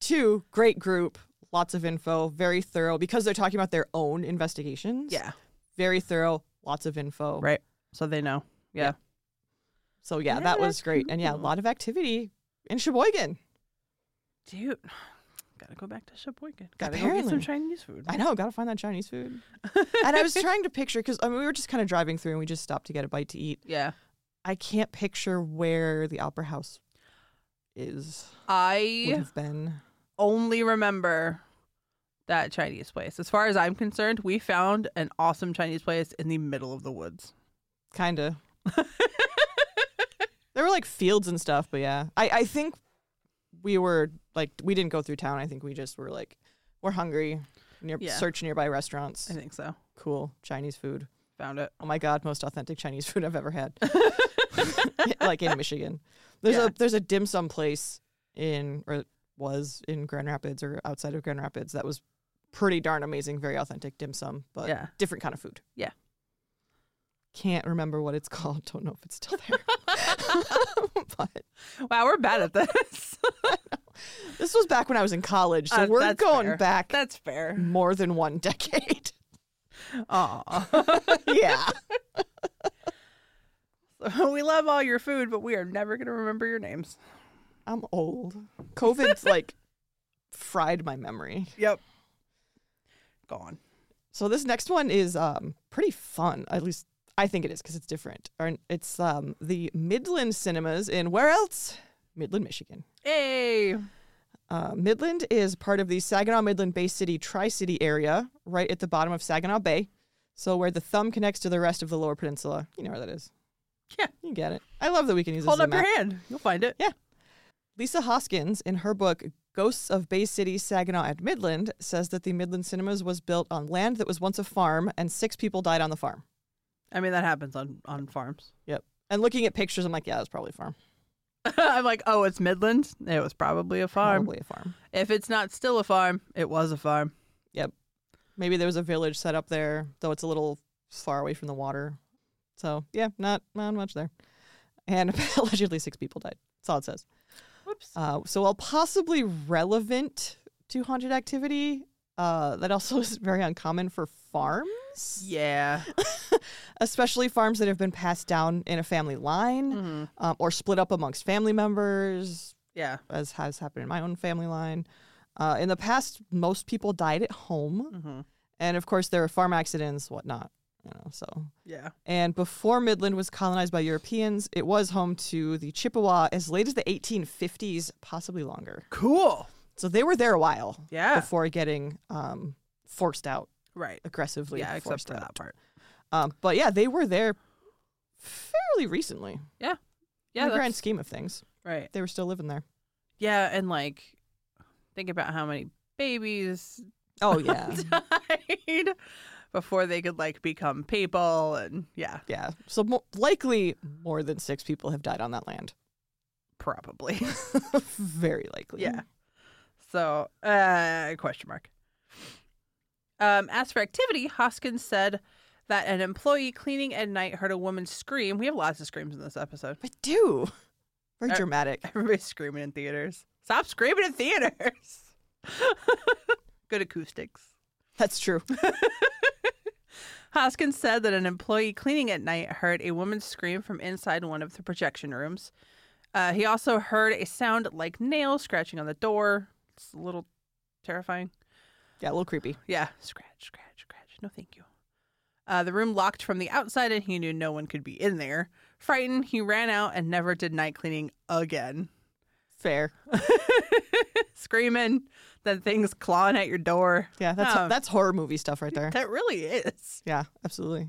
Speaker 1: two, great group, lots of info, very thorough because they're talking about their own investigations.
Speaker 2: Yeah,
Speaker 1: Very thorough, lots of info.
Speaker 2: right. So they know. Yeah.
Speaker 1: Yeah. So yeah,
Speaker 2: Yeah,
Speaker 1: that was
Speaker 2: that's
Speaker 1: great. And yeah, a
Speaker 2: cool.
Speaker 1: lot of activity in Sheboygan.
Speaker 2: Dude, (sighs) gotta go back to Sheboygan. Gotta go get some
Speaker 1: Apparently.
Speaker 2: Chinese food.
Speaker 1: I know, gotta find that Chinese
Speaker 2: (laughs)
Speaker 1: food. and I was trying to picture because I mean, we were just kind of driving through and we just stopped to get a bite to eat.
Speaker 2: Yeah.
Speaker 1: I can't picture where the opera house is would
Speaker 2: I
Speaker 1: have been.
Speaker 2: only remember that Chinese place. As far as I'm concerned, we found an awesome Chinese place in the middle of the woods. (laughs)
Speaker 1: Kinda. there were like fields and stuff, but yeah. I, I think we were like we didn't go through town. I think we just were like we're hungry. Near
Speaker 2: Yeah.
Speaker 1: search nearby restaurants.
Speaker 2: I think so.
Speaker 1: Cool. Chinese food.
Speaker 2: Found it.
Speaker 1: Oh my god, most authentic Chinese food I've ever
Speaker 2: (laughs)
Speaker 1: had. like in Michigan. There's
Speaker 2: Yeah.
Speaker 1: a there's a dim sum place in or was in Grand Rapids or outside of Grand Rapids that was pretty darn amazing, very authentic dim sum, but
Speaker 2: Yeah.
Speaker 1: different kind of food.
Speaker 2: Yeah.
Speaker 1: Can't remember what it's called. Don't know if it's still there. (laughs) but
Speaker 2: Wow, we're bad at this. (laughs)
Speaker 1: this was back when I was in college, so
Speaker 2: Uh,
Speaker 1: we're
Speaker 2: that's
Speaker 1: going
Speaker 2: fair.
Speaker 1: back
Speaker 2: That's fair.
Speaker 1: more than one decade.
Speaker 2: (laughs) Aw.
Speaker 1: yeah.
Speaker 2: (laughs) we love all your food, but we are never going to remember your names.
Speaker 1: I'm old. COVID's like fried my memory.
Speaker 2: Yep. Gone.
Speaker 1: So this next one is um, pretty fun. At least I think it is because it's different. Or it's um, the Midland Cinemas in where else? Midland, Michigan.
Speaker 2: Hey.
Speaker 1: Uh, Midland is part of the Saginaw Midland Bay City Tri City area, right at the bottom of Saginaw Bay. So where the thumb connects to the rest of the Lower Peninsula. You know where that is.
Speaker 2: Yeah.
Speaker 1: You get it. I love that we can use
Speaker 2: Hold
Speaker 1: this as a
Speaker 2: up your
Speaker 1: map.
Speaker 2: hand. You'll find it.
Speaker 1: Lisa Hoskins, in her book Ghosts of Bay City, Saginaw, and Midland, says that the Midland Cinemas was built on land that was once a farm, and six people died on the farm.
Speaker 2: I mean, that happens on, on farms.
Speaker 1: Yep. And looking at pictures, I'm like, yeah, it's probably a farm.
Speaker 2: (laughs) I'm like, oh, it's Midland. It was probably a farm.
Speaker 1: Probably a farm.
Speaker 2: If it's not still a farm, it was a farm.
Speaker 1: Maybe there was a village set up there, though it's a little far away from the water. So yeah, not not much there. And (laughs) allegedly six people died. That's all it says.
Speaker 2: Whoops.
Speaker 1: Uh, so while possibly (laughs) relevant to haunted activity, uh, that also is very uncommon for farms. farms,
Speaker 2: (laughs) Yeah.
Speaker 1: especially farms that have been passed down in a family line um, or split up amongst family members,
Speaker 2: Yeah.
Speaker 1: as has happened in my own family line. Uh, in the past, most people died at home.
Speaker 2: Mhm.
Speaker 1: And of course, there are farm accidents, whatnot. You know, so
Speaker 2: Yeah.
Speaker 1: and before Midland was colonized by Europeans, it was home to the Chippewa as late as the 1850s, possibly longer.
Speaker 2: Cool.
Speaker 1: So they were there a while
Speaker 2: Yeah.
Speaker 1: before getting um, forced out
Speaker 2: Right.
Speaker 1: aggressively.
Speaker 2: Yeah, except
Speaker 1: forced
Speaker 2: for
Speaker 1: out.
Speaker 2: that part.
Speaker 1: Um, but yeah, they were there fairly recently.
Speaker 2: Yeah.
Speaker 1: in the
Speaker 2: That's,
Speaker 1: grand scheme of things,
Speaker 2: Right.
Speaker 1: they were still living there.
Speaker 2: Yeah, and like think about how many babies
Speaker 1: (laughs) Oh yeah,
Speaker 2: (laughs) died before they could like become people and yeah,
Speaker 1: yeah. So mo- likely more than six people have died on that land. (laughs)
Speaker 2: probably. (laughs)
Speaker 1: Very likely.
Speaker 2: Yeah. So, uh, question mark. Um, as for activity, Hoskins said that an employee cleaning at night heard a woman scream. We have lots of screams in this episode. (laughs)
Speaker 1: I do. Very
Speaker 2: Uh,
Speaker 1: dramatic.
Speaker 2: Everybody's screaming in theaters. Stop screaming in theaters. (laughs) Good acoustics.
Speaker 1: That's true.
Speaker 2: Hoskins said that an employee cleaning at night heard a woman scream from inside one of the projection rooms. Uh, he also heard a sound like nails scratching on the door. It's a little terrifying.
Speaker 1: Yeah, a little creepy.
Speaker 2: Yeah, scratch, scratch, scratch. No, thank you. Uh, the room locked from the outside, and he knew no one could be in there. Frightened, he ran out and never did night cleaning again.
Speaker 1: Fair.
Speaker 2: Screaming, then things clawing at your door.
Speaker 1: Yeah, that's
Speaker 2: Oh.
Speaker 1: that's horror movie stuff right there.
Speaker 2: That really is.
Speaker 1: Yeah,
Speaker 2: (laughs)
Speaker 1: absolutely.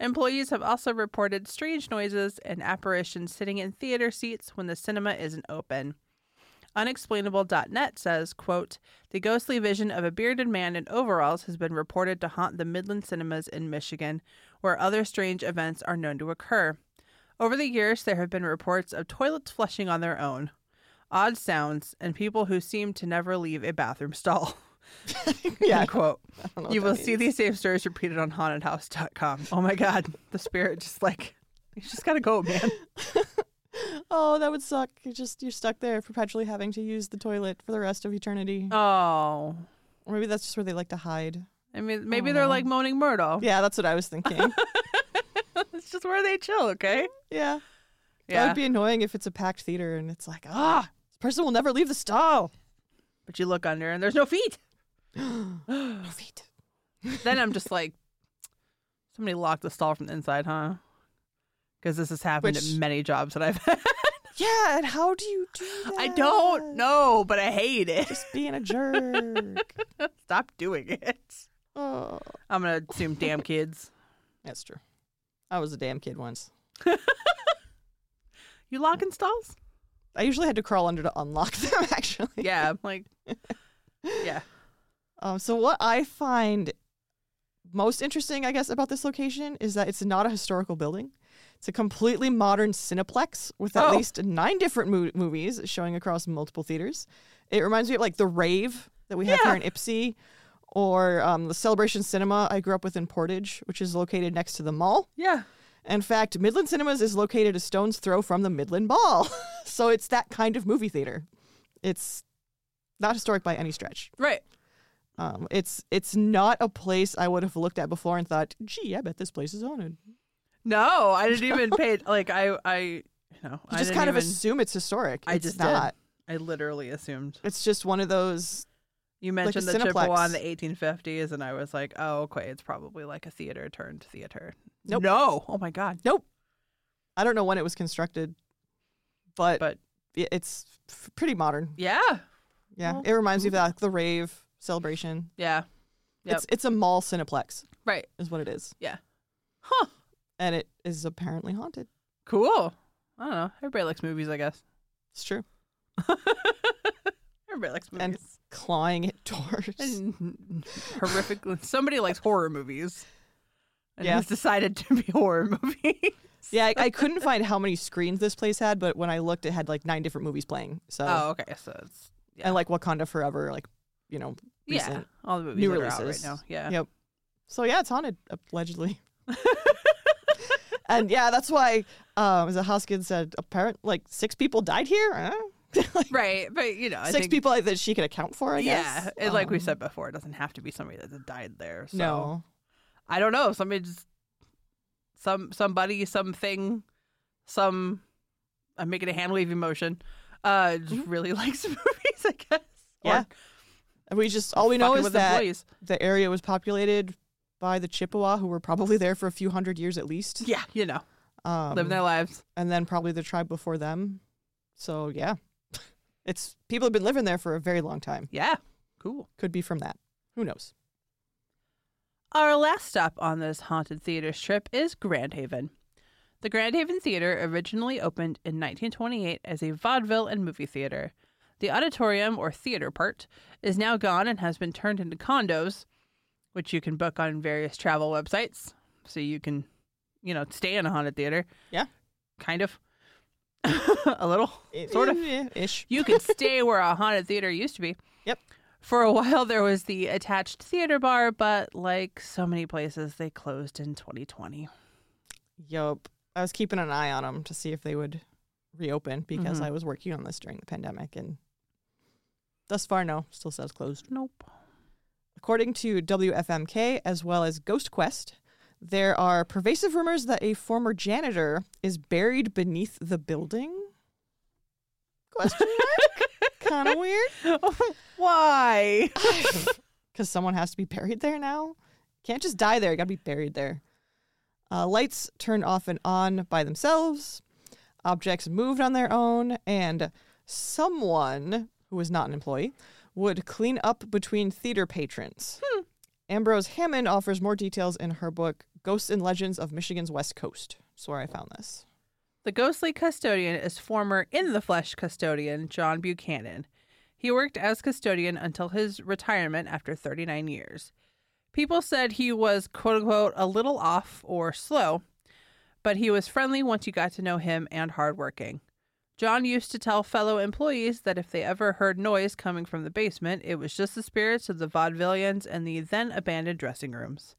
Speaker 2: Employees have also reported strange noises and apparitions sitting in theater seats when the cinema isn't open. Unexplainable.net says, quote, The ghostly vision of a bearded man in overalls has been reported to haunt the Midland cinemas in Michigan, where other strange events are known to occur. Over the years, there have been reports of toilets flushing on their own, odd sounds, and people who seem to never leave a bathroom stall. (laughs)
Speaker 1: Yeah,
Speaker 2: End quote.
Speaker 1: I don't know what
Speaker 2: You
Speaker 1: that
Speaker 2: will see
Speaker 1: means.
Speaker 2: these same stories repeated on hauntedhouse.com. Oh my God. The spirit just like, you just gotta go, man.
Speaker 1: Oh, that would suck. You're just you're stuck there, perpetually having to use the toilet for the rest of eternity.
Speaker 2: (laughs) Oh.
Speaker 1: Or maybe that's just where they like to hide.
Speaker 2: I mean, maybe they're like Moaning Myrtle.
Speaker 1: Yeah, that's what I was
Speaker 2: (laughs)
Speaker 1: thinking.
Speaker 2: It's just where they chill, okay?
Speaker 1: yeah. that
Speaker 2: Yeah.
Speaker 1: would be annoying if it's a packed theater and it's like, ah, this person will never leave the stall.
Speaker 2: but you look under and there's no (laughs) feet.
Speaker 1: No feet.
Speaker 2: Then I'm just like, somebody locked the stall from the inside, huh? Because this has happened
Speaker 1: Which-
Speaker 2: at many jobs that I've had.
Speaker 1: Yeah, and how do you do that?
Speaker 2: I (laughs) don't know, but I hate it.
Speaker 1: Just being a
Speaker 2: (laughs)
Speaker 1: jerk.
Speaker 2: Stop doing it.
Speaker 1: oh,
Speaker 2: I'm gonna assume damn kids.
Speaker 1: that's true. I was a damn kid once.
Speaker 2: You locking (laughs) stalls?
Speaker 1: I usually had to crawl under to unlock (laughs) them. Actually.
Speaker 2: Yeah. I'm like, yeah.
Speaker 1: Um, so what I find most interesting, I guess, about this location is that it's not a historical building. It's a completely modern cineplex with at
Speaker 2: Oh.
Speaker 1: least nine different mo- movies showing across multiple theaters. It reminds me of like the rave that we have
Speaker 2: Yeah.
Speaker 1: here in Ipsy, or um, the Celebration Cinema I grew up with in Portage, which is located next to the mall.
Speaker 2: Yeah.
Speaker 1: In fact, Midland Cinemas is located a stone's throw from the Midland Mall, (laughs) so it's that kind of movie theater. It's not historic by any stretch.
Speaker 2: Right.
Speaker 1: Um, it's it's not a place I would have looked at before and thought, gee, I bet this place is haunted.
Speaker 2: No, I didn't even
Speaker 1: (laughs)
Speaker 2: pay. Like I, I, you know,
Speaker 1: You
Speaker 2: I
Speaker 1: just
Speaker 2: didn't
Speaker 1: kind of
Speaker 2: even-
Speaker 1: assume it's historic.
Speaker 2: I
Speaker 1: it's
Speaker 2: just did.
Speaker 1: not.
Speaker 2: I literally assumed
Speaker 1: It's just one of those.
Speaker 2: you mentioned the
Speaker 1: Cineplex.
Speaker 2: Chippewa in the 1850s, and I was like, oh, okay, it's probably like a theater turned theater.
Speaker 1: Nope.
Speaker 2: No. Oh my God.
Speaker 1: Nope. I don't know when it was constructed, but,
Speaker 2: But
Speaker 1: i- it's f- pretty modern.
Speaker 2: yeah,
Speaker 1: Yeah,
Speaker 2: Well,
Speaker 1: it reminds me of like the rave celebration.
Speaker 2: yeah, Yep.
Speaker 1: It's it's a mall cineplex
Speaker 2: right.
Speaker 1: is what it is,
Speaker 2: Huh.
Speaker 1: and it is apparently haunted.
Speaker 2: Cool. I don't know. Everybody likes movies, I guess.
Speaker 1: It's true.
Speaker 2: Everybody likes
Speaker 1: And-
Speaker 2: movies.
Speaker 1: Clawing at (laughs) doors.
Speaker 2: And (laughs) horrific. Somebody likes horror movies. And
Speaker 1: Yeah.
Speaker 2: has decided to be horror
Speaker 1: (laughs)
Speaker 2: movies.
Speaker 1: yeah,
Speaker 2: (laughs)
Speaker 1: I, I couldn't find how many screens this place had, but when I looked, it had like nine different movies playing. So
Speaker 2: Oh, okay. So it's yeah.
Speaker 1: and like Wakanda Forever, like you know,
Speaker 2: yeah.
Speaker 1: recent.
Speaker 2: All the movies
Speaker 1: new
Speaker 2: that are out right
Speaker 1: releases.
Speaker 2: now. Yeah.
Speaker 1: Yep. So yeah, it's haunted
Speaker 2: (laughs)
Speaker 1: allegedly. and yeah, that's why um, as Hoskins said, apparent like six people died here. Huh? like,
Speaker 2: Right, but you know, I
Speaker 1: six
Speaker 2: think,
Speaker 1: people that she could account for. I
Speaker 2: Yeah,
Speaker 1: guess.
Speaker 2: and like we
Speaker 1: Um,
Speaker 2: said before, it doesn't have to be somebody that died there. So
Speaker 1: no.
Speaker 2: I don't know. Somebody just some somebody something some. I'm making a hand waving motion. Uh, just really (laughs) likes movies, I guess.
Speaker 1: Mm-hmm. Yeah. And we just all we know
Speaker 2: fucking
Speaker 1: is
Speaker 2: with
Speaker 1: that
Speaker 2: employees.
Speaker 1: the area was populated by the Chippewa, who were probably there for a few hundred years at least,
Speaker 2: Yeah, you know,
Speaker 1: um,
Speaker 2: living their lives.
Speaker 1: and then probably the tribe before them. So yeah, (laughs) it's people have been living there for a very long time.
Speaker 2: Yeah, cool.
Speaker 1: Could be from that. Who knows?
Speaker 2: Our last stop on this haunted theaters trip is Grand Haven. The Grand Haven Theater originally opened in 1928 as a vaudeville and movie theater. The auditorium or theater part is now gone and has been turned into condos, which you can book on various travel websites. So you can, you know, stay in a haunted theater.
Speaker 1: Yeah.
Speaker 2: Kind of. (laughs) a little. Sort of.
Speaker 1: Eh, ish.
Speaker 2: You could stay where a haunted theater used to be.
Speaker 1: Yep.
Speaker 2: For a while, there was the attached theater bar, but like so many places, they closed in 2020.
Speaker 1: Yup. I was keeping an eye on them to see if they would reopen because I was working on this during the pandemic, and thus far, no, still says closed.
Speaker 2: Nope.
Speaker 1: According to WFMK as well as Ghost Quest, there are pervasive rumors that a former janitor is buried beneath the building. Question mark? kind of weird.
Speaker 2: (laughs) Why?
Speaker 1: because someone has to be buried there now. Can't just die there. Got to be buried there. Uh, lights turned off and on by themselves. Objects moved on their own, and someone who was not an employee would clean up between theater patrons.
Speaker 2: Hmm.
Speaker 1: Ambrose Hammond offers more details in her book "Ghosts and Legends of Michigan's West Coast." Swear I found this.
Speaker 2: The ghostly custodian is former in the flesh custodian John Buchanan. He worked as custodian until his retirement after 39 years. People said he was, quote unquote, a little off or slow, but he was friendly once you got to know him and hardworking. John used to tell fellow employees that if they ever heard noise coming from the basement, it was just the spirits of the vaudevillians and the then abandoned dressing rooms.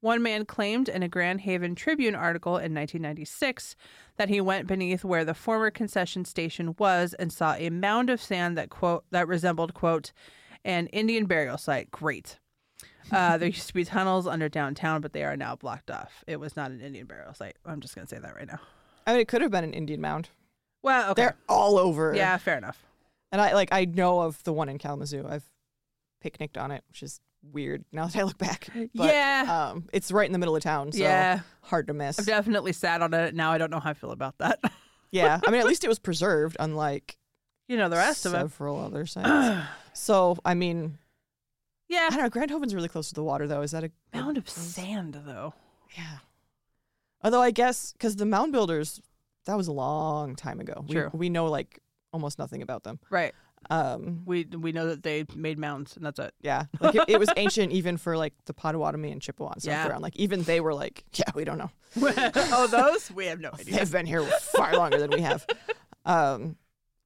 Speaker 2: One man claimed in a Grand Haven Tribune article in 1996 that he went beneath where the former concession station was and saw a mound of sand that quote that resembled quote an Indian burial site. Great. Uh, there used to be tunnels under downtown, but they are now blocked off. It was not an Indian burial site. I'm just gonna say that right now.
Speaker 1: I mean, it could have been an Indian mound.
Speaker 2: Well, okay,
Speaker 1: They're all over.
Speaker 2: yeah, fair enough.
Speaker 1: And I like I know of the one in Kalamazoo. I've picnicked on it, which is weird now that I look back. But,
Speaker 2: yeah,
Speaker 1: Um, it's right in the middle of town, so
Speaker 2: yeah.
Speaker 1: hard to miss.
Speaker 2: I've definitely sat on it. Now I don't know how I feel about that. (laughs)
Speaker 1: yeah. I mean, at least it was preserved, unlike
Speaker 2: you know the rest of it.
Speaker 1: several other
Speaker 2: (clears throat)
Speaker 1: sites. so, I mean, I
Speaker 2: yeah,
Speaker 1: don't know. Grand Hoven's really close to the water, though. Is that a
Speaker 2: mound of sand though.
Speaker 1: Yeah. Although I guess because the mound builders, that was a long time ago.
Speaker 2: True.
Speaker 1: We, we know like almost nothing about them.
Speaker 2: Right.
Speaker 1: Um,
Speaker 2: We we know that they made mounds and that's (laughs) it.
Speaker 1: Yeah, like it, it was ancient even for like the Potawatomi and Chippewa and stuff
Speaker 2: Yeah.
Speaker 1: around. Like even they were like, (laughs) yeah, we don't know.
Speaker 2: oh, those we (laughs) have no idea.
Speaker 1: They've been here far longer than we
Speaker 2: (laughs)
Speaker 1: have. Um,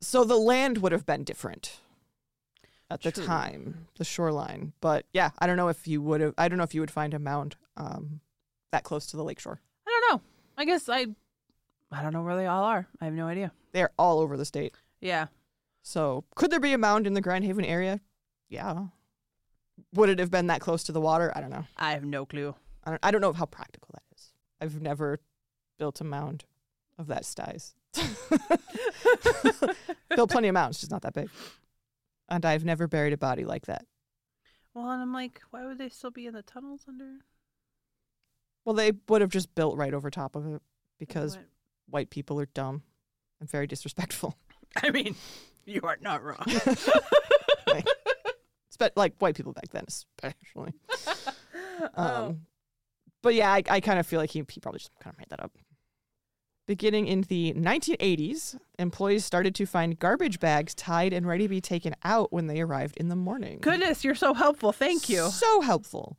Speaker 1: so the land would have been different at the
Speaker 2: True.
Speaker 1: time, the shoreline. But yeah, I don't know if you would have. I don't know if you would find a mound um, that close to the lakeshore.
Speaker 2: I don't know. I guess I I don't know where they all are. I have no idea.
Speaker 1: They're all over the state.
Speaker 2: Yeah.
Speaker 1: So could there be a mound in the Grand Haven area? Yeah. Would it have been that close to the water? I don't know.
Speaker 2: I have no clue.
Speaker 1: I don't, I don't know how practical that is. I've never built a mound of that size. built plenty of mounds, just not that big. And I've never buried a body like that.
Speaker 2: (laughs) Well, and I'm like, why would they still be in the tunnels under?
Speaker 1: Well, they would have just built right over top of it because
Speaker 2: What?
Speaker 1: white people are dumb and very disrespectful. (laughs)
Speaker 2: I mean, you are not wrong. (laughs)
Speaker 1: Spe- like white people back then, especially.
Speaker 2: Oh.
Speaker 1: Um, But yeah, I, I kind of feel like he, he probably just kind of made that up. Beginning in the 1980s, employees started to find garbage bags tied and ready to be taken out when they arrived in the morning.
Speaker 2: Goodness, you're so helpful. Thank you.
Speaker 1: So helpful.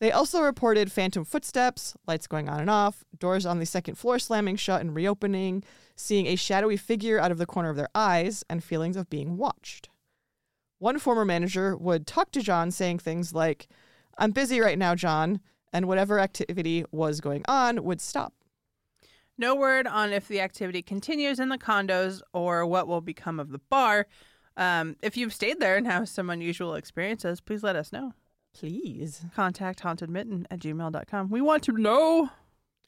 Speaker 1: They also reported phantom footsteps, lights going on and off, doors on the second floor slamming shut and reopening, seeing a shadowy figure out of the corner of their eyes, and feelings of being watched. One former manager would talk to John, saying things like, I'm busy right now, John, and whatever activity was going on would stop.
Speaker 2: No word on if the activity continues in the condos or what will become of the bar. Um, if you've stayed there and have some unusual experiences, please let us know.
Speaker 1: Please.
Speaker 2: Contact hauntedmitten at gmail.com. We want to know.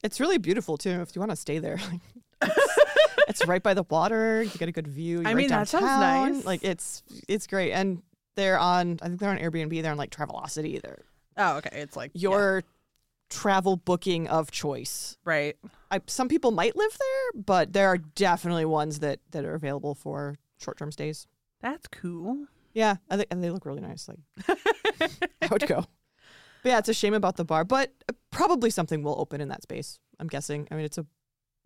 Speaker 1: It's really beautiful too. If you want to stay there, (laughs) like,
Speaker 2: (laughs)
Speaker 1: it's, it's right by the water. You get a good view. You're
Speaker 2: I
Speaker 1: right
Speaker 2: mean, that sounds
Speaker 1: downtown.
Speaker 2: nice.
Speaker 1: Like it's it's great, and they're on. I think they're on Airbnb. They're on like Travelocity. They're
Speaker 2: Oh, okay. It's like yeah,
Speaker 1: your travel booking of choice.
Speaker 2: right.
Speaker 1: I, some people might live there, but there are definitely ones that that are available for short term stays.
Speaker 2: That's cool.
Speaker 1: Yeah, and they, and they look really nice. Like (laughs) I would go. But yeah, it's a shame about the bar, but uh, probably something will open in that space. I'm guessing. I mean, it's a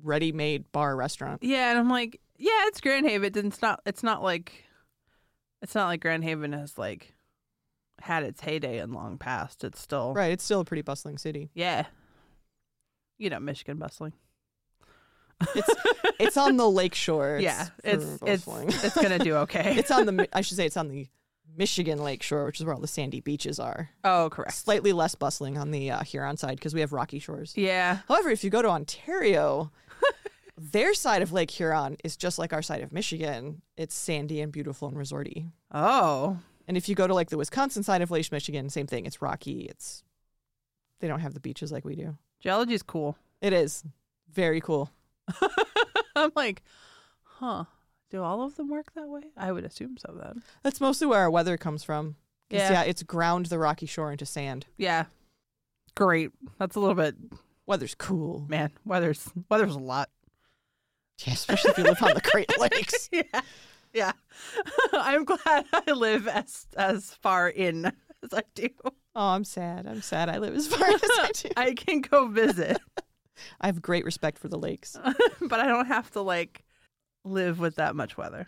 Speaker 1: ready-made bar restaurant.
Speaker 2: Yeah, and I'm like, yeah, it's Grand Haven. It's not. It's not like. It's not like Grand Haven has like had its heyday in long past. It's still
Speaker 1: Right, it's still a pretty bustling
Speaker 2: (laughs)
Speaker 1: city.
Speaker 2: yeah. You know, Michigan bustling.
Speaker 1: It's it's on the lake shore. It's
Speaker 2: yeah, it's
Speaker 1: for
Speaker 2: it's
Speaker 1: bustling.
Speaker 2: it's gonna (laughs) do okay.
Speaker 1: it's on the Mi- I should say it's on the Michigan lake shore, which is where all the sandy beaches are.
Speaker 2: oh, correct.
Speaker 1: Slightly less bustling on the uh, Huron side because we have rocky shores.
Speaker 2: Yeah,
Speaker 1: However, if you go to Ontario, (laughs) their side of Lake Huron is just like our side of Michigan. It's sandy and beautiful and resorty.
Speaker 2: Oh,
Speaker 1: And if you go to like the Wisconsin side of Lake Michigan, same thing. It's rocky. It's they don't have the beaches like we do.
Speaker 2: geology's cool. (laughs)
Speaker 1: It is very cool.
Speaker 2: I'm like, huh? Do all of them work that way? I would assume so. Then.
Speaker 1: That's mostly where our weather comes from. 'Cause,
Speaker 2: Yeah.
Speaker 1: yeah, it's ground the rocky shore into sand.
Speaker 2: Yeah. Great. That's a little bit.
Speaker 1: Weather's cool.
Speaker 2: Man, weather's weather's a lot. (laughs)
Speaker 1: Yeah, especially if you live on the Great Lakes.
Speaker 2: yeah, yeah. (laughs) I'm glad (laughs) I live as as far in (laughs) as I do.
Speaker 1: Oh, I'm sad. I'm sad I live as far as I do.
Speaker 2: I can go visit,
Speaker 1: I have great respect for the lakes.
Speaker 2: (laughs) but I don't have to like live with that much weather.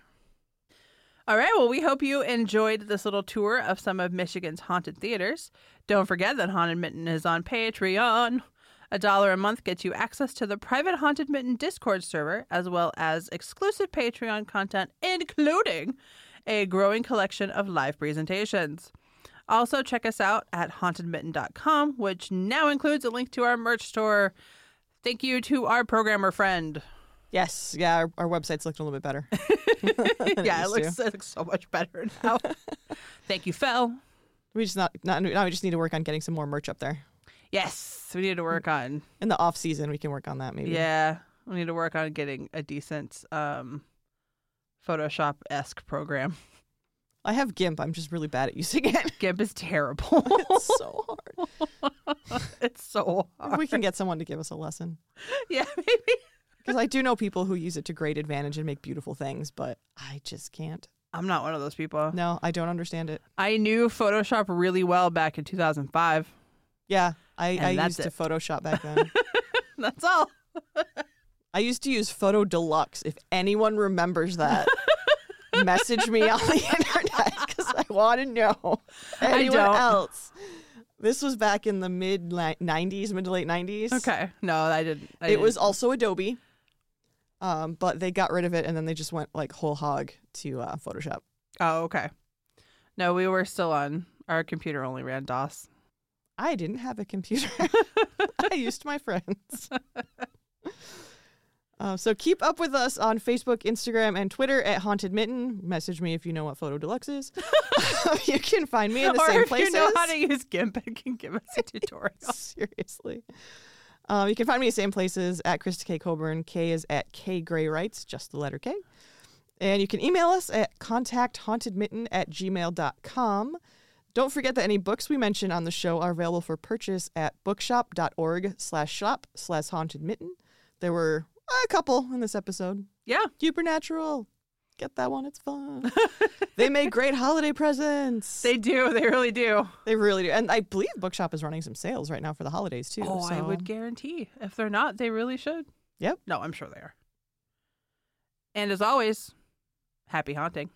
Speaker 2: All right, well, we hope you enjoyed this little tour of some of Michigan's haunted theaters. Don't forget that Haunted Mitten is on Patreon. A dollar a month gets you access to the private Haunted Mitten Discord server, as well as exclusive Patreon content, including a growing collection of live presentations. Also, check us out at hauntedmitten.com, which now includes a link to our merch store. Thank you to our programmer friend.
Speaker 1: Yes, yeah, our, our website's looking a little bit better. than
Speaker 2: yeah, it
Speaker 1: used to.
Speaker 2: looks, it looks so much better (laughs)
Speaker 1: (laughs)
Speaker 2: now. Thank you, Phil.
Speaker 1: We just not, not now. We just need to work on getting some more merch up there.
Speaker 2: Yes, we need to work on
Speaker 1: In the off season, we can work on that maybe.
Speaker 2: Yeah, we need to work on getting a decent um, Photoshop esque program. (laughs)
Speaker 1: I have GIMP. I'm just really bad at using it.
Speaker 2: GIMP is terrible. (laughs)
Speaker 1: It's so hard.
Speaker 2: it's so hard. (laughs)
Speaker 1: We can get someone to give us a lesson
Speaker 2: yeah, maybe.
Speaker 1: because I do know people who use it to great advantage and make beautiful things, but I just can't.
Speaker 2: I'm not one of those people.
Speaker 1: No, I don't understand it.
Speaker 2: I knew Photoshop really well back
Speaker 1: (laughs)
Speaker 2: in 2005.
Speaker 1: Yeah, I, I
Speaker 2: that's
Speaker 1: used to
Speaker 2: it.
Speaker 1: Photoshop back then.
Speaker 2: That's all.
Speaker 1: I used to use Photo Deluxe. If anyone remembers
Speaker 2: (laughs)
Speaker 1: that, message me on the internet because I want to know.
Speaker 2: I
Speaker 1: Anyone
Speaker 2: don't.
Speaker 1: else? This was back in the mid li- '90s, mid to late '90s.
Speaker 2: Okay. No, I didn't. I
Speaker 1: it
Speaker 2: didn't.
Speaker 1: was also Adobe, um, but they got rid of it and then they just went like whole hog to uh, Photoshop.
Speaker 2: Oh, okay. No, we were still on. Our computer only ran DOS.
Speaker 1: I didn't have a
Speaker 2: (laughs)
Speaker 1: computer. (laughs) I used my friends. Uh, so keep up with us on Facebook, Instagram, and Twitter at Haunted Mitten. Message me if you know what Photo Deluxe
Speaker 2: (laughs)
Speaker 1: is. (laughs) you can find me in the
Speaker 2: or
Speaker 1: same
Speaker 2: if
Speaker 1: places.
Speaker 2: you know how to use GIMP and can give us
Speaker 1: (laughs)
Speaker 2: a (laughs) tutorial.
Speaker 1: Seriously. Um, you can find me in the same places at Krista K. Coburn. K is at K Gray Writes, just the letter K. And you can email us at contacthauntedmitten at gmail.com. Don't forget that any books we mention on the show are available for purchase at bookshop.org slash shop slash haunted mitten. There were a couple in this episode.
Speaker 2: yeah.
Speaker 1: Supernatural. Get that one. It's fun. they make great holiday presents.
Speaker 2: They do. They really do.
Speaker 1: They really do. And I believe Bookshop is running some sales right now for the holidays too.
Speaker 2: Oh, I
Speaker 1: so-
Speaker 2: would guarantee. If they're not, they really should.
Speaker 1: Yep.
Speaker 2: No, I'm sure they are. And as always, happy haunting.